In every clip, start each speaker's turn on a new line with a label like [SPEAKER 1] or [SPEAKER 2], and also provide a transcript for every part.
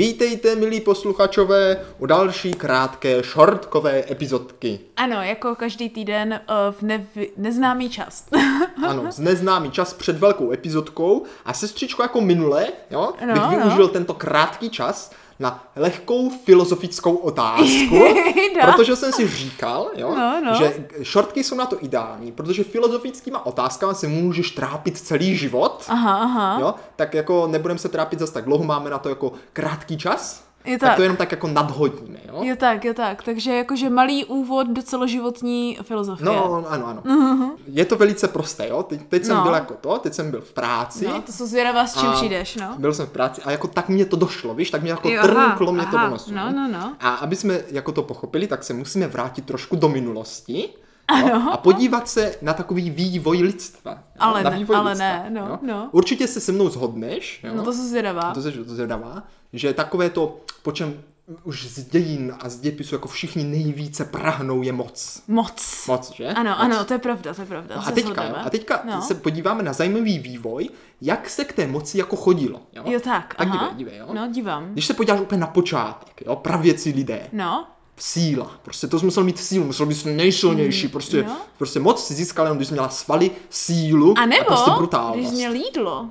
[SPEAKER 1] Vítejte, milí posluchačové, u další krátké shortkové epizodky.
[SPEAKER 2] Ano, jako každý týden eh, v nev- neznámý čas.
[SPEAKER 1] Ano, z neznámý čas před velkou epizodkou a sestřičko jako minule, jo,
[SPEAKER 2] No,
[SPEAKER 1] bych
[SPEAKER 2] no.
[SPEAKER 1] využil tento krátký čas na lehkou filozofickou otázku,
[SPEAKER 2] Jda.
[SPEAKER 1] protože jsem si říkal, jo,
[SPEAKER 2] No, no.
[SPEAKER 1] že shortky jsou na to ideální, protože filozofickýma otázkama se můžeš trápit celý život,
[SPEAKER 2] aha, aha.
[SPEAKER 1] jo, tak jako nebudeme se trápit zase tak dlouho, máme na to jako krátký čas,
[SPEAKER 2] Je
[SPEAKER 1] tak
[SPEAKER 2] tak.
[SPEAKER 1] to jenom tak jako nadhodíme, jo.
[SPEAKER 2] Jo tak, jo tak. Takže jakože malý úvod do celoživotní filozofie.
[SPEAKER 1] No, ano, ano. Je to velice prosté, jo. Teď, teď jsem
[SPEAKER 2] Mhm. No.
[SPEAKER 1] byl jako to, teď jsem byl v práci.
[SPEAKER 2] no to jsou zvědavá, s čím
[SPEAKER 1] A-
[SPEAKER 2] přijdeš, no.
[SPEAKER 1] Byl jsem v práci a jako tak mě to došlo, víš, tak mě jako
[SPEAKER 2] Jo, aha,
[SPEAKER 1] trnklo mě to
[SPEAKER 2] aha,
[SPEAKER 1] do nosu.
[SPEAKER 2] no, no, no.
[SPEAKER 1] A aby jsme jako to pochopili, tak se musíme vrátit trošku do minulosti jo, a podívat se na takový vývoj lidstva. Jo,
[SPEAKER 2] Ale
[SPEAKER 1] na
[SPEAKER 2] ne,
[SPEAKER 1] vývoj
[SPEAKER 2] ale
[SPEAKER 1] lidstva,
[SPEAKER 2] ne, no,
[SPEAKER 1] jo.
[SPEAKER 2] no.
[SPEAKER 1] Určitě se se mnou zhodneš, jo,
[SPEAKER 2] No to jsou zvědavá.
[SPEAKER 1] to se to zvědavá, že takové to, po čem už z dějin a z dějepisu jako všichni nejvíce prahnou je moc.
[SPEAKER 2] Moc.
[SPEAKER 1] Moc, že?
[SPEAKER 2] Ano,
[SPEAKER 1] moc.
[SPEAKER 2] ano, to je pravda, to je pravda.
[SPEAKER 1] No
[SPEAKER 2] to
[SPEAKER 1] a
[SPEAKER 2] se
[SPEAKER 1] teďka, jo,
[SPEAKER 2] shodneme.
[SPEAKER 1] a teďka
[SPEAKER 2] no.
[SPEAKER 1] no. se podíváme na zajímavý vývoj, jak se k té moci jako chodilo. Jo,
[SPEAKER 2] Jo tak,
[SPEAKER 1] tak
[SPEAKER 2] aha.
[SPEAKER 1] dívej, dívej, jo.
[SPEAKER 2] No, dívám.
[SPEAKER 1] Když se podíváš úplně na počátek, jo, pravěcí lidé,
[SPEAKER 2] No,
[SPEAKER 1] síla, prostě to jsi musel mít sílu, musel být nejsilnější, prostě,
[SPEAKER 2] no.
[SPEAKER 1] prostě moc si získal jenom, když jsi měla svaly, sílu
[SPEAKER 2] a nebo,
[SPEAKER 1] prostě brutálnost.
[SPEAKER 2] když jsi měl jídlo.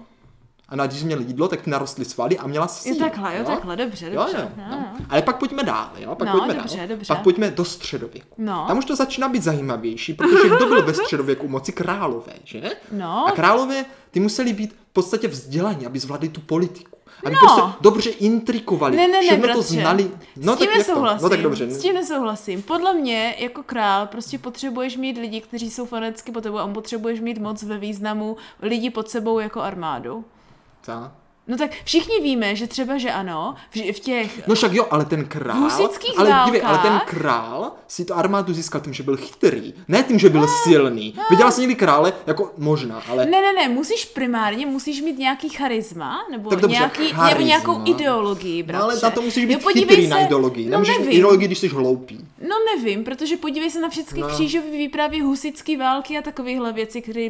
[SPEAKER 1] A na, když jsi měl jídlo, tak ti narostly svaly a měla jsi
[SPEAKER 2] Jo
[SPEAKER 1] sílu.
[SPEAKER 2] takhle, jo takhle, dobře,
[SPEAKER 1] Jo,
[SPEAKER 2] dobře.
[SPEAKER 1] jo,
[SPEAKER 2] no,
[SPEAKER 1] no.
[SPEAKER 2] no.
[SPEAKER 1] Ale pak pojďme dál, jo? Pak
[SPEAKER 2] No,
[SPEAKER 1] pojďme
[SPEAKER 2] dobře,
[SPEAKER 1] dál.
[SPEAKER 2] dobře.
[SPEAKER 1] Pak pojďme do středověku.
[SPEAKER 2] No.
[SPEAKER 1] Tam už to začíná být zajímavější, protože kdo byl ve středověku u moci králové, že?
[SPEAKER 2] No.
[SPEAKER 1] A králové, ty museli být v podstatě vzdělaní, aby zvládli tu politiku. Aby
[SPEAKER 2] No.
[SPEAKER 1] prostě dobře intrikovali,
[SPEAKER 2] Ne, ne, ne,
[SPEAKER 1] všechno to
[SPEAKER 2] bratře.
[SPEAKER 1] znali.
[SPEAKER 2] No, s tím
[SPEAKER 1] tak jak to?
[SPEAKER 2] nesouhlasím.
[SPEAKER 1] No tak dobře.
[SPEAKER 2] S tím nesouhlasím. Podle mě, jako král, prostě potřebuješ mít lidi, kteří jsou fanaticky po tebou a potřebuješ mít moc ve významu lidi pod sebou jako armádu.
[SPEAKER 1] Ta.
[SPEAKER 2] No tak všichni víme, že třeba, že ano, v, v těch...
[SPEAKER 1] No však jo, ale ten král,
[SPEAKER 2] husitských
[SPEAKER 1] ale dívej, ale ten
[SPEAKER 2] válkách-
[SPEAKER 1] král si tu armádu získal tím, že byl chytrý, ne tím, že byl silný.
[SPEAKER 2] No.
[SPEAKER 1] Viděla jsi někdy krále? Jako možná, ale
[SPEAKER 2] Ne, ne, ne, musíš primárně, musíš mít nějaký charisma, nebo,
[SPEAKER 1] Tak dobře,
[SPEAKER 2] nějaký, nebo
[SPEAKER 1] charisma.
[SPEAKER 2] nějakou ideologii, bratře.
[SPEAKER 1] No, ale na to musíš
[SPEAKER 2] Jo,
[SPEAKER 1] být
[SPEAKER 2] podívej
[SPEAKER 1] chytrý
[SPEAKER 2] se-
[SPEAKER 1] na ideologii.
[SPEAKER 2] No,
[SPEAKER 1] Nemůžeš mít
[SPEAKER 2] nevím.
[SPEAKER 1] ideologii, když jsi hloupý.
[SPEAKER 2] No nevím, protože podívej se na všechny
[SPEAKER 1] No.
[SPEAKER 2] no. křížové výpravy, husické války a takovéhle věci, které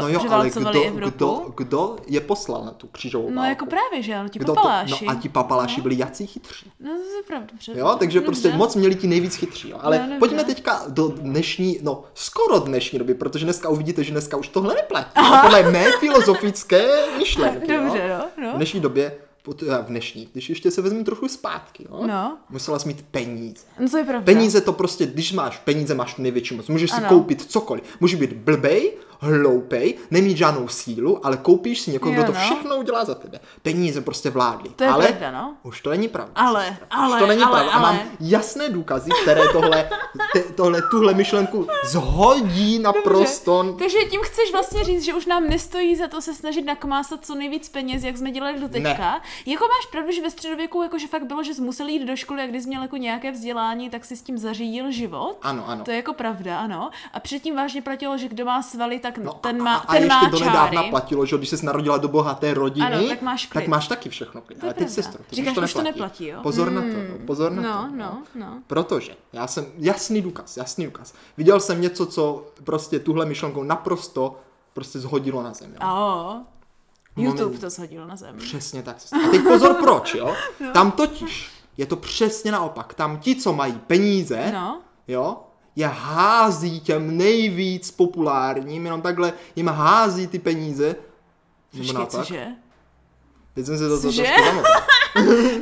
[SPEAKER 1] No jo, ale kdo,
[SPEAKER 2] převálcovaly Evropu.
[SPEAKER 1] kdo, kdo je poslal na tu křížovou
[SPEAKER 2] No
[SPEAKER 1] válku?
[SPEAKER 2] jako právě, že ano, ti
[SPEAKER 1] Kdo to-
[SPEAKER 2] papaláši.
[SPEAKER 1] No a ti papaláši byli jací chytří.
[SPEAKER 2] No to je pravda, dobře.
[SPEAKER 1] Jo, takže prostě
[SPEAKER 2] Dobře.
[SPEAKER 1] moc měli ti nejvíc chytří. Jo. Ale
[SPEAKER 2] No, dobře.
[SPEAKER 1] pojďme teďka do dnešní, no skoro dnešní doby, protože dneska uvidíte, že dneska už tohle neplatí. Aha. Tohle je mé filozofické myšlenky.
[SPEAKER 2] Dobře,
[SPEAKER 1] jo.
[SPEAKER 2] no, no.
[SPEAKER 1] V dnešní době, pot- eh, v dnešní, když ještě se vezmu trochu zpátky, jo,
[SPEAKER 2] No.
[SPEAKER 1] musela jsi mít peníze.
[SPEAKER 2] No to je pravda.
[SPEAKER 1] Peníze to prostě, když máš peníze, máš tu největší moc. Můžeš si
[SPEAKER 2] Ano.
[SPEAKER 1] koupit cokoliv. Můžeš být blbej, hloupej, nemít žádnou sílu, ale koupíš si někoho, kdo
[SPEAKER 2] Jo,
[SPEAKER 1] to
[SPEAKER 2] no.
[SPEAKER 1] všechno udělá za tebe. Peníze prostě vládly.
[SPEAKER 2] To je
[SPEAKER 1] ale
[SPEAKER 2] pravda, no.
[SPEAKER 1] už to není pravda.
[SPEAKER 2] Ale,
[SPEAKER 1] sestra. už
[SPEAKER 2] ale,
[SPEAKER 1] to není
[SPEAKER 2] ale,
[SPEAKER 1] pravda. A mám
[SPEAKER 2] ale.
[SPEAKER 1] jasné důkazy, které tohle, te, tohle, tuhle myšlenku zhodí naprosto.
[SPEAKER 2] Takže tím chceš vlastně říct, že už nám nestojí za to se snažit nakmásat co nejvíc peněz, jak jsme dělali do teďka. Ne. Jako máš pravdu, že ve středověku jakože fakt bylo, že jsi musel jít do školy a když jsi měl jako nějaké vzdělání, tak si s tím zařídil život.
[SPEAKER 1] Ano, ano.
[SPEAKER 2] To je jako pravda, ano. A předtím vážně platilo, že kdo má svaly, tak
[SPEAKER 1] No
[SPEAKER 2] ten
[SPEAKER 1] a-
[SPEAKER 2] má,
[SPEAKER 1] a, a
[SPEAKER 2] ten
[SPEAKER 1] ještě
[SPEAKER 2] má
[SPEAKER 1] donedávna
[SPEAKER 2] čáry.
[SPEAKER 1] platilo, že když se narodila do bohaté rodiny,
[SPEAKER 2] Ano, tak máš klid.
[SPEAKER 1] tak máš taky všechno klid. Ale teď,
[SPEAKER 2] pravda.
[SPEAKER 1] sestro, teď
[SPEAKER 2] Říkáš,
[SPEAKER 1] už to
[SPEAKER 2] už to
[SPEAKER 1] neplatí.
[SPEAKER 2] neplatí, jo?
[SPEAKER 1] Pozor na to, jo, pozor na to.
[SPEAKER 2] No,
[SPEAKER 1] jo.
[SPEAKER 2] no, no.
[SPEAKER 1] Protože já jsem, jasný důkaz, jasný důkaz. Viděl jsem něco, co prostě tuhle myšlenkou naprosto prostě zhodilo na zem. Jo?
[SPEAKER 2] Aho. YouTube
[SPEAKER 1] Moment.
[SPEAKER 2] to shodil na zem.
[SPEAKER 1] Přesně tak. sestro. A teď pozor proč, jo?
[SPEAKER 2] No.
[SPEAKER 1] Tam totiž je to přesně naopak. Tam ti, co mají peníze,
[SPEAKER 2] No.
[SPEAKER 1] jo, je hází těm nejvíc populárním, jenom takhle jim hází ty peníze. Nebo
[SPEAKER 2] Počkej,
[SPEAKER 1] naopak.
[SPEAKER 2] cože?
[SPEAKER 1] Teď jsem se za to trošku
[SPEAKER 2] Cože?
[SPEAKER 1] zamotal.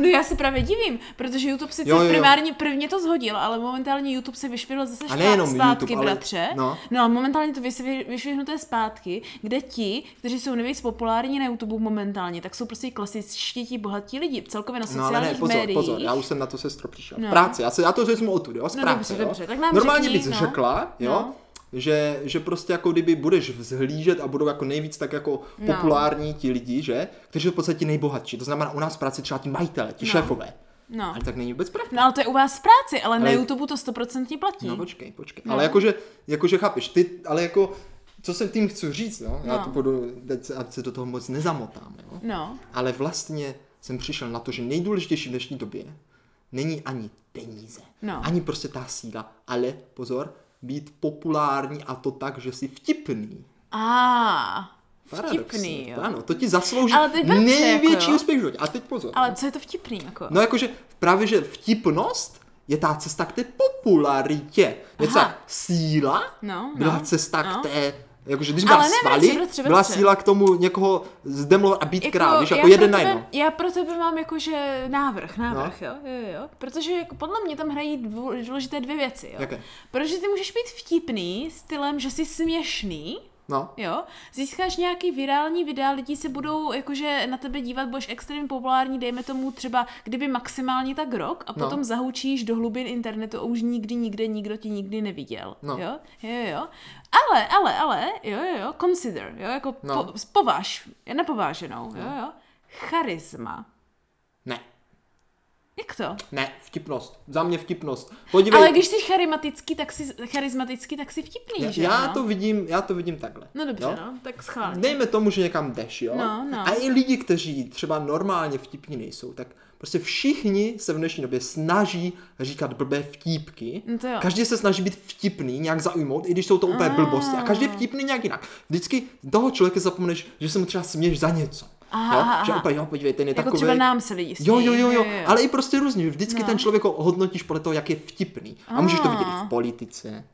[SPEAKER 2] No já se právě divím, protože YouTube sice
[SPEAKER 1] Jo, jo,
[SPEAKER 2] jo,
[SPEAKER 1] jo.
[SPEAKER 2] jo. primárně prvně to zhodil, ale momentálně YouTube se vyšvihlo zase
[SPEAKER 1] A
[SPEAKER 2] zpá-
[SPEAKER 1] nejenom
[SPEAKER 2] zpátky,
[SPEAKER 1] YouTube, ale-
[SPEAKER 2] bratře.
[SPEAKER 1] no.
[SPEAKER 2] no a momentálně to vysvi- vyšvihnuté zpátky, kde ti, kteří jsou nejvíc populární na YouTube momentálně, tak jsou prostě klasičtí ti bohatí lidi, celkově na
[SPEAKER 1] No ale ne,
[SPEAKER 2] sociálních
[SPEAKER 1] pozor,
[SPEAKER 2] médiích.
[SPEAKER 1] pozor, já už jsem na to sestro přišel. No.
[SPEAKER 2] No.
[SPEAKER 1] Práce, já, se, já to vezmu odtud, jo, z
[SPEAKER 2] No
[SPEAKER 1] práce,
[SPEAKER 2] dobře,
[SPEAKER 1] jo.
[SPEAKER 2] dobře, tak nám
[SPEAKER 1] Normálně
[SPEAKER 2] řekni,
[SPEAKER 1] bys
[SPEAKER 2] no.
[SPEAKER 1] řekla, jo,
[SPEAKER 2] No.
[SPEAKER 1] že, že prostě jako kdyby budeš vzhlížet a budou jako nejvíc tak jako
[SPEAKER 2] No.
[SPEAKER 1] populární ti lidi, že, kteří jsou v podstatě nejbohatší, to znamená u nás v práci třeba ti majitele, ti no. šéfové.
[SPEAKER 2] No.
[SPEAKER 1] Ale tak není vůbec pravda.
[SPEAKER 2] No ale to je u vás v práci, ale, na
[SPEAKER 1] Ale-
[SPEAKER 2] YouTube to stoprocentně platí.
[SPEAKER 1] No počkej, počkej. No. Ale jakože, jakože chápeš, ty, ale jako, co jsem tím chci říct, no, já
[SPEAKER 2] No.
[SPEAKER 1] to budu, teď se- ať se do toho moc nezamotám, jo.
[SPEAKER 2] no.
[SPEAKER 1] Ale vlastně jsem přišel na to, že nejdůležitější v dnešní době není ani peníze,
[SPEAKER 2] No.
[SPEAKER 1] ani prostě ta síla, ale pozor, být populární a to tak, že jsi vtipný.
[SPEAKER 2] A Vtipný, jo.
[SPEAKER 1] Ano, to ti zaslouží
[SPEAKER 2] Ale ty bratře,
[SPEAKER 1] největší
[SPEAKER 2] jako jo.
[SPEAKER 1] úspěch v životě. A teď pozor.
[SPEAKER 2] Ale co je to vtipný, jako?
[SPEAKER 1] No jakože právě, že vtipnost je ta cesta k té popularitě. Něco
[SPEAKER 2] Aha.
[SPEAKER 1] jak síla
[SPEAKER 2] No,
[SPEAKER 1] byla
[SPEAKER 2] no,
[SPEAKER 1] cesta
[SPEAKER 2] no.
[SPEAKER 1] k té Jakože když
[SPEAKER 2] Ale
[SPEAKER 1] byla
[SPEAKER 2] ne,
[SPEAKER 1] svaly,
[SPEAKER 2] bratře, bratře,
[SPEAKER 1] byla
[SPEAKER 2] bratře.
[SPEAKER 1] síla k tomu někoho zdemlovat a být král, víš, jako jeden na
[SPEAKER 2] pro tebe,
[SPEAKER 1] jedno.
[SPEAKER 2] Já pro tebe mám jakože návrh, návrh, no. jo, jo, jo. Protože jako podle mě tam hrají dvou- důležité dvě věci, jo.
[SPEAKER 1] Jaké?
[SPEAKER 2] Protože ty můžeš být vtipný stylem, že jsi směšný,
[SPEAKER 1] No,
[SPEAKER 2] jo, získáš nějaký virální videa, lidi se budou jakože na tebe dívat, budeš extrémně populární, dejme tomu třeba, kdyby maximálně tak rok a
[SPEAKER 1] No.
[SPEAKER 2] potom zahučíš do hlubin internetu a už nikdy, nikde, nikdo ti nikdy neviděl,
[SPEAKER 1] No.
[SPEAKER 2] jo, jo, jo, jo. Ale, ale, ale, jo, jo, jo, consider, jo, jako
[SPEAKER 1] No.
[SPEAKER 2] no. po, pováž, nepováženou, jo, jo, charisma.
[SPEAKER 1] ne,
[SPEAKER 2] Jak to?
[SPEAKER 1] ne, vtipnost. Za mě vtipnost. Podívej,
[SPEAKER 2] Ale když jsi charismatický, tak jsi charismatický, tak jsi vtipný,
[SPEAKER 1] já,
[SPEAKER 2] že?
[SPEAKER 1] já,
[SPEAKER 2] no?
[SPEAKER 1] to vidím, já to vidím takhle.
[SPEAKER 2] No dobře,
[SPEAKER 1] jo?
[SPEAKER 2] no, tak schválně.
[SPEAKER 1] Dejme tomu, že někam jdeš, jo?
[SPEAKER 2] No, no.
[SPEAKER 1] A i lidi, kteří třeba normálně vtipní nejsou, tak prostě všichni se v dnešní době snaží říkat blbé vtípky.
[SPEAKER 2] No to jo.
[SPEAKER 1] Každý se snaží být vtipný, nějak zaujmout, i když jsou to úplně blbosti. A každý je vtipný nějak jinak. Vždycky toho člověka zapomeneš, že se mu třeba směješ za něco.
[SPEAKER 2] Aha,
[SPEAKER 1] jo?
[SPEAKER 2] aha,
[SPEAKER 1] Že
[SPEAKER 2] aha.
[SPEAKER 1] úplně, jo, podívej, ten je
[SPEAKER 2] Jako
[SPEAKER 1] takový.
[SPEAKER 2] třeba nám se lidi
[SPEAKER 1] Jo, jo,
[SPEAKER 2] smějí,
[SPEAKER 1] jo,
[SPEAKER 2] jo,
[SPEAKER 1] jo,
[SPEAKER 2] jo.
[SPEAKER 1] ale i prostě různě. Vždycky
[SPEAKER 2] No.
[SPEAKER 1] ten člověk ho hodnotíš podle toho, jak je vtipný. A můžeš to vidět i
[SPEAKER 2] Ah.
[SPEAKER 1] v politice.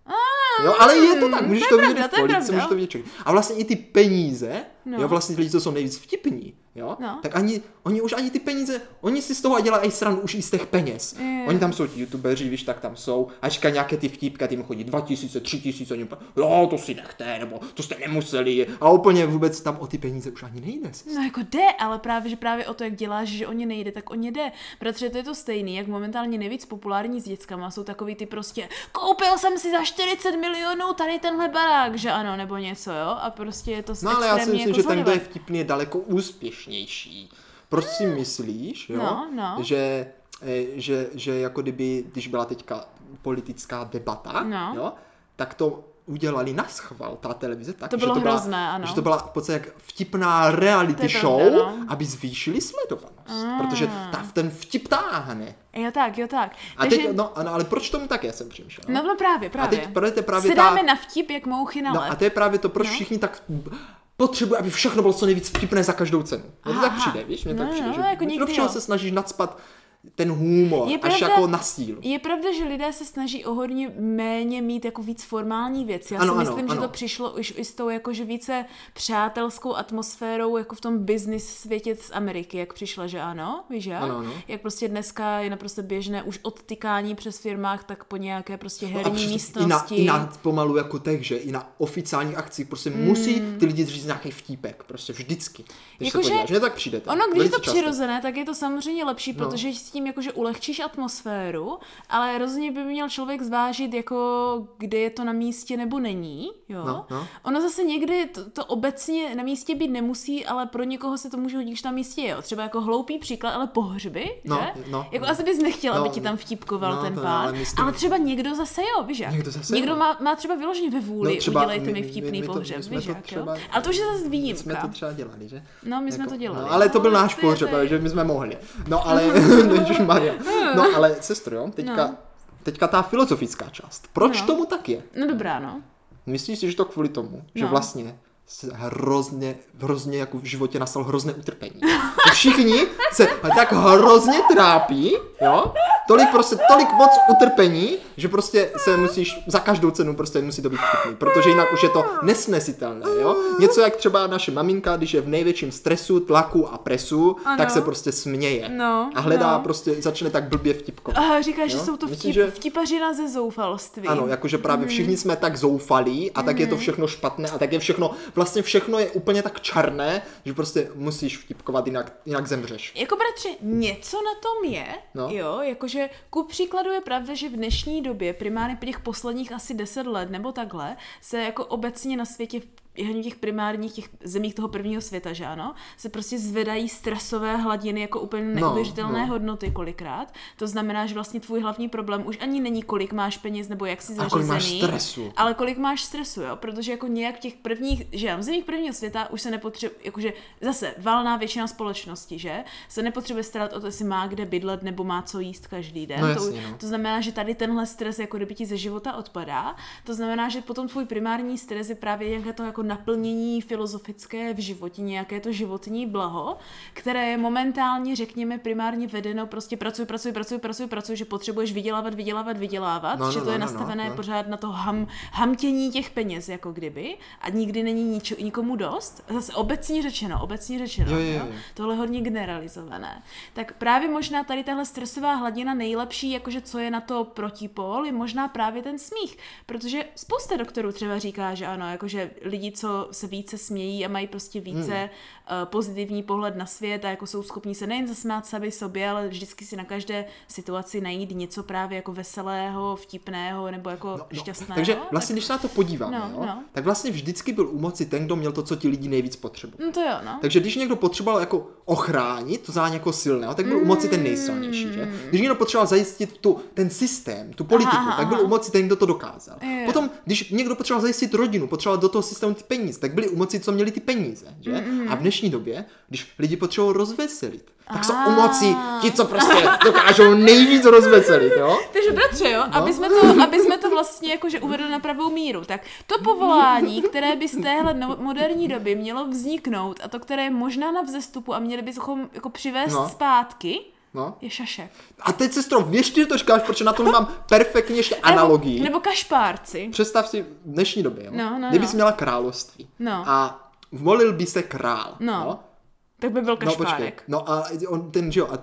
[SPEAKER 1] Jo, ale je to tak, můžeš
[SPEAKER 2] to
[SPEAKER 1] to,
[SPEAKER 2] je
[SPEAKER 1] vidět
[SPEAKER 2] pravda,
[SPEAKER 1] i
[SPEAKER 2] to
[SPEAKER 1] v
[SPEAKER 2] je
[SPEAKER 1] politice,
[SPEAKER 2] pravda.
[SPEAKER 1] můžeš to vidět čili. A vlastně i ty peníze,
[SPEAKER 2] No.
[SPEAKER 1] jo, vlastně lidi, co jsou nejvíc vtipní, jo,
[SPEAKER 2] No.
[SPEAKER 1] tak ani, oni už ani ty peníze, oni si z toho dělají srandu už i z těch peněz.
[SPEAKER 2] Jo.
[SPEAKER 1] Oni tam jsou ti youtubeři, víš, tak tam jsou, a říká nějaké ty vtípka, ty jim chodí 2000, 3000, oni úplně, jo, to si nechte, nebo to jste nemuseli, a úplně vůbec tam o ty peníze už ani nejde.
[SPEAKER 2] No jako jde, ale právě, že právě o to, jak děláš, že o ně nejde, tak o ně jde. Protože to je to stejný, jak momentálně nejvíc populární s dětskama jsou takový ty prostě koupil jsem si za 40 milionů tady tenhle barák, že ano, nebo něco, jo? A prostě je to
[SPEAKER 1] No ale já si
[SPEAKER 2] extrémně
[SPEAKER 1] myslím,
[SPEAKER 2] jako
[SPEAKER 1] že ten, kdo je
[SPEAKER 2] sledovat.
[SPEAKER 1] vtipný, je daleko úspěšnější. Proč si myslíš, jo,
[SPEAKER 2] No, no.
[SPEAKER 1] Že, eh, že, že jako kdyby, když byla teďka politická debata,
[SPEAKER 2] No.
[SPEAKER 1] jo, tak to udělali na schval, ta televize. Tak,
[SPEAKER 2] To
[SPEAKER 1] že
[SPEAKER 2] bylo
[SPEAKER 1] to byla,
[SPEAKER 2] hrozné, ano.
[SPEAKER 1] Že to byla v podstatě jak vtipná reality
[SPEAKER 2] To je
[SPEAKER 1] show,
[SPEAKER 2] pravda, Ah. no.
[SPEAKER 1] aby zvýšili sledovanost. Protože ta, ten vtip táhne.
[SPEAKER 2] Jo tak, jo tak.
[SPEAKER 1] A teď, no, ano, ale proč tomu také jsem přemýšlel?
[SPEAKER 2] No, no právě,
[SPEAKER 1] a
[SPEAKER 2] právě.
[SPEAKER 1] teď právě, právě ta...
[SPEAKER 2] Sedáme na vtip, jak mouchy na
[SPEAKER 1] No
[SPEAKER 2] lep.
[SPEAKER 1] a to je právě to, proč všichni tak potřebují, aby všechno bylo co nejvíc vtipné za každou cenu. Mně to tak
[SPEAKER 2] Aha.
[SPEAKER 1] přijde, víš, mně to
[SPEAKER 2] No,
[SPEAKER 1] tak přijde,
[SPEAKER 2] no,
[SPEAKER 1] že
[SPEAKER 2] jako
[SPEAKER 1] do
[SPEAKER 2] někdy
[SPEAKER 1] všeho
[SPEAKER 2] jo.
[SPEAKER 1] se snažíš nadspat ten humor,
[SPEAKER 2] Je
[SPEAKER 1] až
[SPEAKER 2] pravda-
[SPEAKER 1] jako na sílu.
[SPEAKER 2] Je pravda, že lidé se snaží o hodně méně mít jako víc formální věci. Já
[SPEAKER 1] Ano,
[SPEAKER 2] si
[SPEAKER 1] ano,
[SPEAKER 2] myslím, že
[SPEAKER 1] ano.
[SPEAKER 2] to přišlo už i s tou jakože více přátelskou atmosférou jako v tom business světě z Ameriky, jak přišla, že ano, víš jak?
[SPEAKER 1] Ano, ano.
[SPEAKER 2] Jak prostě dneska je naprosto běžné už odtykání přes firmách, tak po nějaké prostě
[SPEAKER 1] No a
[SPEAKER 2] herní
[SPEAKER 1] přesně i na,
[SPEAKER 2] místnosti.
[SPEAKER 1] i na pomalu jako tak, že i na oficiálních akcích prostě
[SPEAKER 2] Hmm.
[SPEAKER 1] musí ty lidi říct nějaký vtípek, prostě vždycky. Když
[SPEAKER 2] Jakože-
[SPEAKER 1] se podíváš, že tak přijde.
[SPEAKER 2] Ono, když je
[SPEAKER 1] velice
[SPEAKER 2] to
[SPEAKER 1] často. No.
[SPEAKER 2] přirozené, tak je to samozřejmě lepší, protože s tím jakože ulehčíš atmosféru, ale rozhodně by měl člověk zvážit, jako kde je to na místě nebo není. Jo?
[SPEAKER 1] No, no.
[SPEAKER 2] Ono zase někdy to, to obecně na místě být nemusí, ale pro někoho se to může hodit, když na místě je. Jo? Třeba jako hloupý příklad, ale pohřby,
[SPEAKER 1] No,
[SPEAKER 2] že?
[SPEAKER 1] no,
[SPEAKER 2] jako
[SPEAKER 1] no.
[SPEAKER 2] asi bys nechtěl, aby
[SPEAKER 1] No,
[SPEAKER 2] ti tam vtipkoval
[SPEAKER 1] no,
[SPEAKER 2] ten
[SPEAKER 1] to
[SPEAKER 2] pán,
[SPEAKER 1] ne, ale
[SPEAKER 2] ale,
[SPEAKER 1] my s tím-
[SPEAKER 2] třeba někdo zase jo, víš jak?
[SPEAKER 1] Někdo zase
[SPEAKER 2] někdo
[SPEAKER 1] jo.
[SPEAKER 2] má, má třeba vyloženě ve vůli,
[SPEAKER 1] No, třeba
[SPEAKER 2] udělejte
[SPEAKER 1] my-
[SPEAKER 2] mi
[SPEAKER 1] my-
[SPEAKER 2] vtipný
[SPEAKER 1] my to- my
[SPEAKER 2] pohřeb,
[SPEAKER 1] jsme
[SPEAKER 2] víš
[SPEAKER 1] to
[SPEAKER 2] jak,
[SPEAKER 1] třeba-
[SPEAKER 2] jo? Ale to už je zase
[SPEAKER 1] My jsme to
[SPEAKER 2] výjimka.
[SPEAKER 1] třeba dělali, že?
[SPEAKER 2] No, my jsme to dělali.
[SPEAKER 1] No, ale to byl
[SPEAKER 2] No,
[SPEAKER 1] náš
[SPEAKER 2] to je-
[SPEAKER 1] pohřeb,
[SPEAKER 2] to je-
[SPEAKER 1] že my jsme mohli. No ale, Maria. No ale sestro, jo, teďka,
[SPEAKER 2] No.
[SPEAKER 1] teďka ta filozofická část. Proč
[SPEAKER 2] No.
[SPEAKER 1] tomu tak je?
[SPEAKER 2] No dobrá, no.
[SPEAKER 1] Myslíš si, že to kvůli tomu, že
[SPEAKER 2] No.
[SPEAKER 1] vlastně se hrozně, hrozně jako v životě nastal hrozné utrpení. Že Všichni se tak hrozně trápí, jo? Tolik prostě, tolik moc utrpení, že prostě se musíš, za každou cenu prostě musí to být vtipný, protože jinak už je to nesnesitelné, jo? Něco jak třeba naše maminka, když je v největším stresu, tlaku a presu,
[SPEAKER 2] Ano.
[SPEAKER 1] tak se prostě směje.
[SPEAKER 2] No,
[SPEAKER 1] a hledá
[SPEAKER 2] no.
[SPEAKER 1] prostě, začne tak blbě vtipkovat.
[SPEAKER 2] A říká, že
[SPEAKER 1] Jo?
[SPEAKER 2] jsou to
[SPEAKER 1] Myslím,
[SPEAKER 2] vtip,
[SPEAKER 1] že-
[SPEAKER 2] že... vtipařina ze zoufalství.
[SPEAKER 1] Ano, jakože
[SPEAKER 2] Mhm.
[SPEAKER 1] právě všichni jsme tak zoufalí a tak je to všechno špatné a tak je všechno, vlastně všechno je úplně tak černé, že prostě musíš vtipkovat, jinak, jinak zemřeš.
[SPEAKER 2] Jako bratře, něco na tom je,
[SPEAKER 1] No.
[SPEAKER 2] no. jo, jakože ku příkladu je pravda, že v dnešní době, primárně po těch posledních asi 10 let nebo takhle, se jako obecně na světě v hlavně těch primárních těch zemích toho prvního světa, že ano, se prostě zvedají stresové hladiny jako úplně neuvěřitelné
[SPEAKER 1] no.
[SPEAKER 2] hodnoty kolikrát. To znamená, že vlastně tvůj hlavní problém už ani není, kolik máš peněz nebo jak jsi
[SPEAKER 1] A
[SPEAKER 2] zařízený.
[SPEAKER 1] kolik máš stresu.
[SPEAKER 2] Ale kolik máš stresu, jo? Protože jako nějak v těch prvních, že já v zemích prvního světa už se nepotřebuje, jakože zase valná většina společnosti, že? Se nepotřebuje starat o to, jestli má kde bydlet nebo má co jíst každý den.
[SPEAKER 1] No
[SPEAKER 2] to,
[SPEAKER 1] jasně, no.
[SPEAKER 2] to znamená, že tady tenhle stres jako kdyby ti ze života odpadá. To znamená, že potom tvůj primární stres je právě nějaké to jako jako naplnění filozofické v životě, nějaké to životní blaho, které je momentálně, řekněme, primárně vedeno prostě pracuj, pracuj, pracuj, pracuj, pracuj, že potřebuješ vydělávat, vydělávat, vydělávat,
[SPEAKER 1] No, no,
[SPEAKER 2] že to
[SPEAKER 1] no,
[SPEAKER 2] je
[SPEAKER 1] no, no,
[SPEAKER 2] nastavené
[SPEAKER 1] no.
[SPEAKER 2] pořád na to ham, hamtění těch peněz, jako kdyby, a nikdy není nič, nikomu dost. Zase obecně řečeno, obecně řečeno,
[SPEAKER 1] Jo, jo,
[SPEAKER 2] jo?
[SPEAKER 1] jo.
[SPEAKER 2] tohle je hodně generalizované. Tak právě možná tady tahle stresová hladina nejlepší, jakože co je na to protipol, je možná právě ten smích, protože spousta doktorů třeba říká, že ano, jakože lidi, co se více smějí a mají prostě více
[SPEAKER 1] Hmm.
[SPEAKER 2] eh, pozitivní pohled na svět a jako jsou schopni se nejen zasmát sami sobě, ale vždycky si na každé situaci najít něco právě jako veselého, vtipného nebo jako šťastného.
[SPEAKER 1] Takže vlastně,
[SPEAKER 2] tak...
[SPEAKER 1] když se na to podíváme,
[SPEAKER 2] No,
[SPEAKER 1] jo,
[SPEAKER 2] no.
[SPEAKER 1] tak vlastně vždycky byl u moci ten, kdo měl to, co ti lidi nejvíc potřebují.
[SPEAKER 2] No to jo, no.
[SPEAKER 1] Takže když někdo potřeboval jako ochránit, to za někoho silného, no, tak byl u moci ten nejsilnější, že? Když někdo potřeboval zajistit tu, ten systém, tu politiku,
[SPEAKER 2] Mm. Aha, aha,
[SPEAKER 1] tak byl
[SPEAKER 2] aha.
[SPEAKER 1] u moci ten, kdo to dokázal.
[SPEAKER 2] Jo.
[SPEAKER 1] Potom, když někdo potřeboval zajistit rodinu, potřeboval do toho systému ty peníze, tak byli u moci, co měli ty peníze, že?
[SPEAKER 2] Mm-hmm.
[SPEAKER 1] A v dnešní době, když lidi potřebují rozveselit, tak
[SPEAKER 2] Ah.
[SPEAKER 1] jsou u moci ti, co prostě dokážou nejvíc rozveselit, jo?
[SPEAKER 2] Takže bratře, jo,
[SPEAKER 1] No.
[SPEAKER 2] aby jsme to, aby jsme to vlastně jakože uvedli na pravou míru, tak to povolání, které by z téhle no- moderní doby mělo vzniknout a to, které je možná na vzestupu a měli bychom jako přivést
[SPEAKER 1] No.
[SPEAKER 2] zpátky,
[SPEAKER 1] No.
[SPEAKER 2] je šašek.
[SPEAKER 1] A teď, sestro, věřte, že to říkáš, protože na tom mám perfektně ještě analogii.
[SPEAKER 2] Nebo, nebo kašpárci.
[SPEAKER 1] Představ si v dnešní době, jo?
[SPEAKER 2] No, no,
[SPEAKER 1] kdyby
[SPEAKER 2] no.
[SPEAKER 1] jsi měla království
[SPEAKER 2] No.
[SPEAKER 1] a molil by se král,
[SPEAKER 2] No.
[SPEAKER 1] jo?
[SPEAKER 2] Tak by byl
[SPEAKER 1] no počkej,
[SPEAKER 2] kašpárek.
[SPEAKER 1] no a on, ten, že jo, a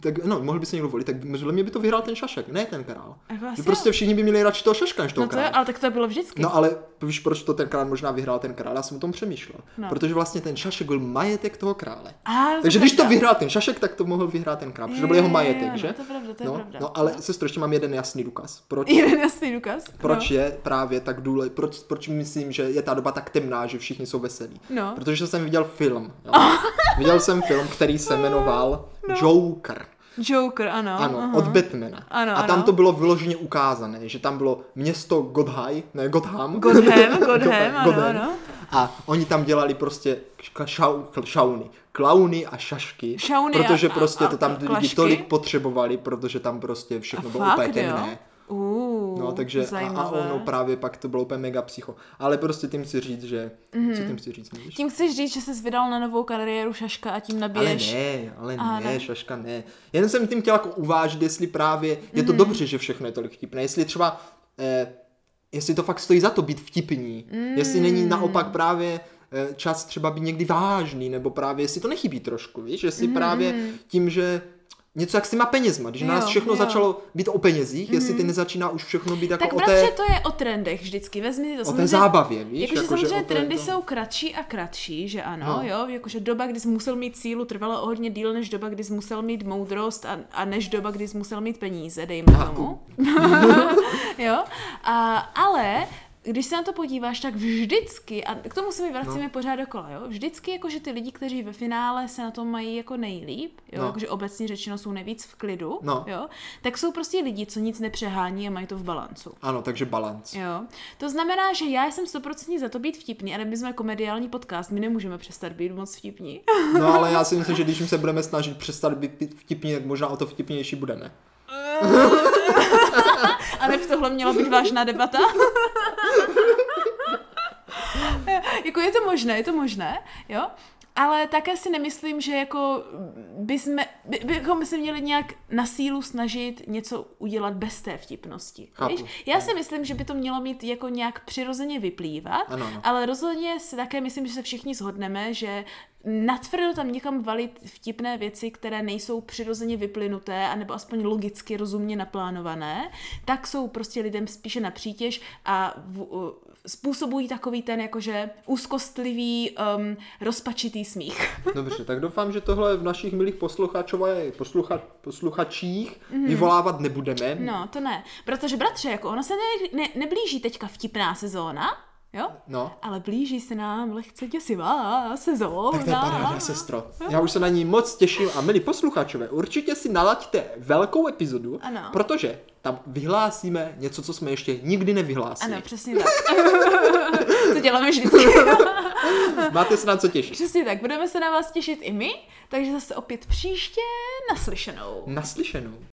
[SPEAKER 1] tak, no, mohl by se někdo volit, tak podle mě by to vyhrál ten šašek, ne ten král.
[SPEAKER 2] Jako asi
[SPEAKER 1] Že prostě všichni by měli radši toho šaška, než toho
[SPEAKER 2] no to
[SPEAKER 1] krále.
[SPEAKER 2] je, ale tak to bylo vždycky.
[SPEAKER 1] No ale víš, proč to ten král možná vyhrál ten král? Já jsem o tom přemýšlel.
[SPEAKER 2] No.
[SPEAKER 1] Protože vlastně ten šašek byl majetek toho krále.
[SPEAKER 2] A,
[SPEAKER 1] Takže když to
[SPEAKER 2] pravda.
[SPEAKER 1] vyhrál ten šašek, tak to mohl vyhrát ten král, protože to byl
[SPEAKER 2] Jo,
[SPEAKER 1] jeho
[SPEAKER 2] jo,
[SPEAKER 1] majetek,
[SPEAKER 2] jo, no,
[SPEAKER 1] že?
[SPEAKER 2] to je pravda, to je
[SPEAKER 1] no,
[SPEAKER 2] pravda.
[SPEAKER 1] no, ale sestro, ještě mám jeden jasný důkaz. Proč
[SPEAKER 2] Jeden jasný důkaz.
[SPEAKER 1] proč
[SPEAKER 2] no.
[SPEAKER 1] je právě tak důležité, proč, proč myslím, že je ta doba tak temná, že všichni jsou veselí.
[SPEAKER 2] No. Oh.
[SPEAKER 1] Protože jsem viděl film. Jo. viděl jsem film, který se jmenoval Joker.
[SPEAKER 2] Joker, ano.
[SPEAKER 1] Ano,
[SPEAKER 2] No. aha.
[SPEAKER 1] od Batmana.
[SPEAKER 2] Ano,
[SPEAKER 1] a tam
[SPEAKER 2] ano.
[SPEAKER 1] to bylo vyloženě ukázané, že tam bylo město Godhaj, ne Gotham.
[SPEAKER 2] Godham, Godham, ano, ano.
[SPEAKER 1] A oni tam dělali prostě kš- šau, kl- šauny. Klauny a šašky.
[SPEAKER 2] Šauny a-
[SPEAKER 1] protože
[SPEAKER 2] a-
[SPEAKER 1] prostě
[SPEAKER 2] a
[SPEAKER 1] to tam
[SPEAKER 2] klašky?
[SPEAKER 1] lidi tolik potřebovali, protože tam prostě všechno bylo
[SPEAKER 2] Fakt,
[SPEAKER 1] úplně temné.
[SPEAKER 2] jo. Uh,
[SPEAKER 1] No, takže a, a
[SPEAKER 2] zajímavé.
[SPEAKER 1] ono právě pak to bylo úplně mega psycho. Ale prostě tím chci říct, že... Mm-hmm. Co tím chci říct? Nevíš?
[SPEAKER 2] Mhm. Tím chceš říct, že jsi vydal na novou kariéru šaška a tím
[SPEAKER 1] Ale
[SPEAKER 2] nabiješ...
[SPEAKER 1] ne, ale
[SPEAKER 2] Aha,
[SPEAKER 1] ne,
[SPEAKER 2] ne.
[SPEAKER 1] šaška ne. Jenom jsem tím chtěl jako uvážit, jestli právě je
[SPEAKER 2] Mhm.
[SPEAKER 1] to dobře, že všechno je tolik vtipné. Jestli třeba, eh, jestli to fakt stojí za to být vtipný. Jestli
[SPEAKER 2] Mm.
[SPEAKER 1] není naopak právě eh, čas třeba být někdy vážný, nebo právě jestli to nechybí trošku, víš? Jestli
[SPEAKER 2] Mhm,
[SPEAKER 1] právě tím, že něco jak s těma penězma, když na
[SPEAKER 2] Jo,
[SPEAKER 1] nás všechno
[SPEAKER 2] jo. Mhm.
[SPEAKER 1] začalo být o penězích, jestli ty nezačíná už všechno být jako
[SPEAKER 2] Tak
[SPEAKER 1] o
[SPEAKER 2] bratře,
[SPEAKER 1] té,
[SPEAKER 2] to je o trendech vždycky, vezmi si to.
[SPEAKER 1] o té
[SPEAKER 2] samozřejmě-
[SPEAKER 1] zábavě, víš?
[SPEAKER 2] Jakože
[SPEAKER 1] Jakože
[SPEAKER 2] samozřejmě
[SPEAKER 1] o té-
[SPEAKER 2] trendy
[SPEAKER 1] no.
[SPEAKER 2] jsou kratší a kratší, že ano,
[SPEAKER 1] No.
[SPEAKER 2] jo, jakože doba, kdy jsi musel mít sílu, trvala o hodně díl, než doba, kdy jsi musel mít moudrost a, a než doba, kdy jsi musel mít peníze, dejme tomu. jo, a, ale když se na to podíváš, tak vždycky, a k tomu se mi vracíme no. pořád dokola, jo, vždycky jakože ty lidi, kteří ve finále se na tom mají jako nejlíp, jo,
[SPEAKER 1] No.
[SPEAKER 2] no. jakože obecně řečeno jsou nejvíc v klidu,
[SPEAKER 1] No.
[SPEAKER 2] jo, tak jsou prostě lidi, co nic nepřehání a mají to v balancu.
[SPEAKER 1] Ano, takže balanc.
[SPEAKER 2] Jo. To znamená, že já jsem stoprocentně za to být vtipný, ale my jsme komediální podcast, my nemůžeme přestat být moc vtipní.
[SPEAKER 1] No ale já si myslím, že když se budeme snažit přestat být vtipní, tak možná o to vtipnější budeme.
[SPEAKER 2] A ne v tohle měla být vážná debata. jako je to možné, je to možné, jo? Ale také si nemyslím, že jako bychom, by, bychom se měli nějak na sílu snažit něco udělat bez té vtipnosti.
[SPEAKER 1] Chápu.
[SPEAKER 2] Víš? Já si myslím, že by to mělo mít jako nějak přirozeně vyplývat,
[SPEAKER 1] Ano, ano.
[SPEAKER 2] ale rozhodně si také myslím, že se všichni shodneme, že natvrdo tam někam valit vtipné věci, které nejsou přirozeně vyplynuté, anebo aspoň logicky rozumně naplánované, tak jsou prostě lidem spíše na přítěž a v, u- způsobují takový ten jakože úzkostlivý, um, rozpačitý smích.
[SPEAKER 1] Dobře, tak doufám, že tohle v našich milých posluchačové, poslucha, posluchačích vyvolávat nebudeme.
[SPEAKER 2] Mhm. No, to ne. Protože, bratře, jako ona se ne, ne, neblíží teďka vtipná sezóna, jo?
[SPEAKER 1] No.
[SPEAKER 2] Ale blíží se nám lehce děsivá sezóna.
[SPEAKER 1] Tak to je
[SPEAKER 2] No.
[SPEAKER 1] paráda, sestro. Já už se na ní moc těším a milí posluchačové, určitě si nalaďte velkou epizodu,
[SPEAKER 2] Ano.
[SPEAKER 1] protože tam vyhlásíme něco, co jsme ještě nikdy nevyhlásili.
[SPEAKER 2] Ano, přesně tak. to děláme vždycky.
[SPEAKER 1] Máte se na co těšit.
[SPEAKER 2] přesně tak. Budeme se na vás těšit i my, takže zase opět příště naslyšenou.
[SPEAKER 1] Naslyšenou.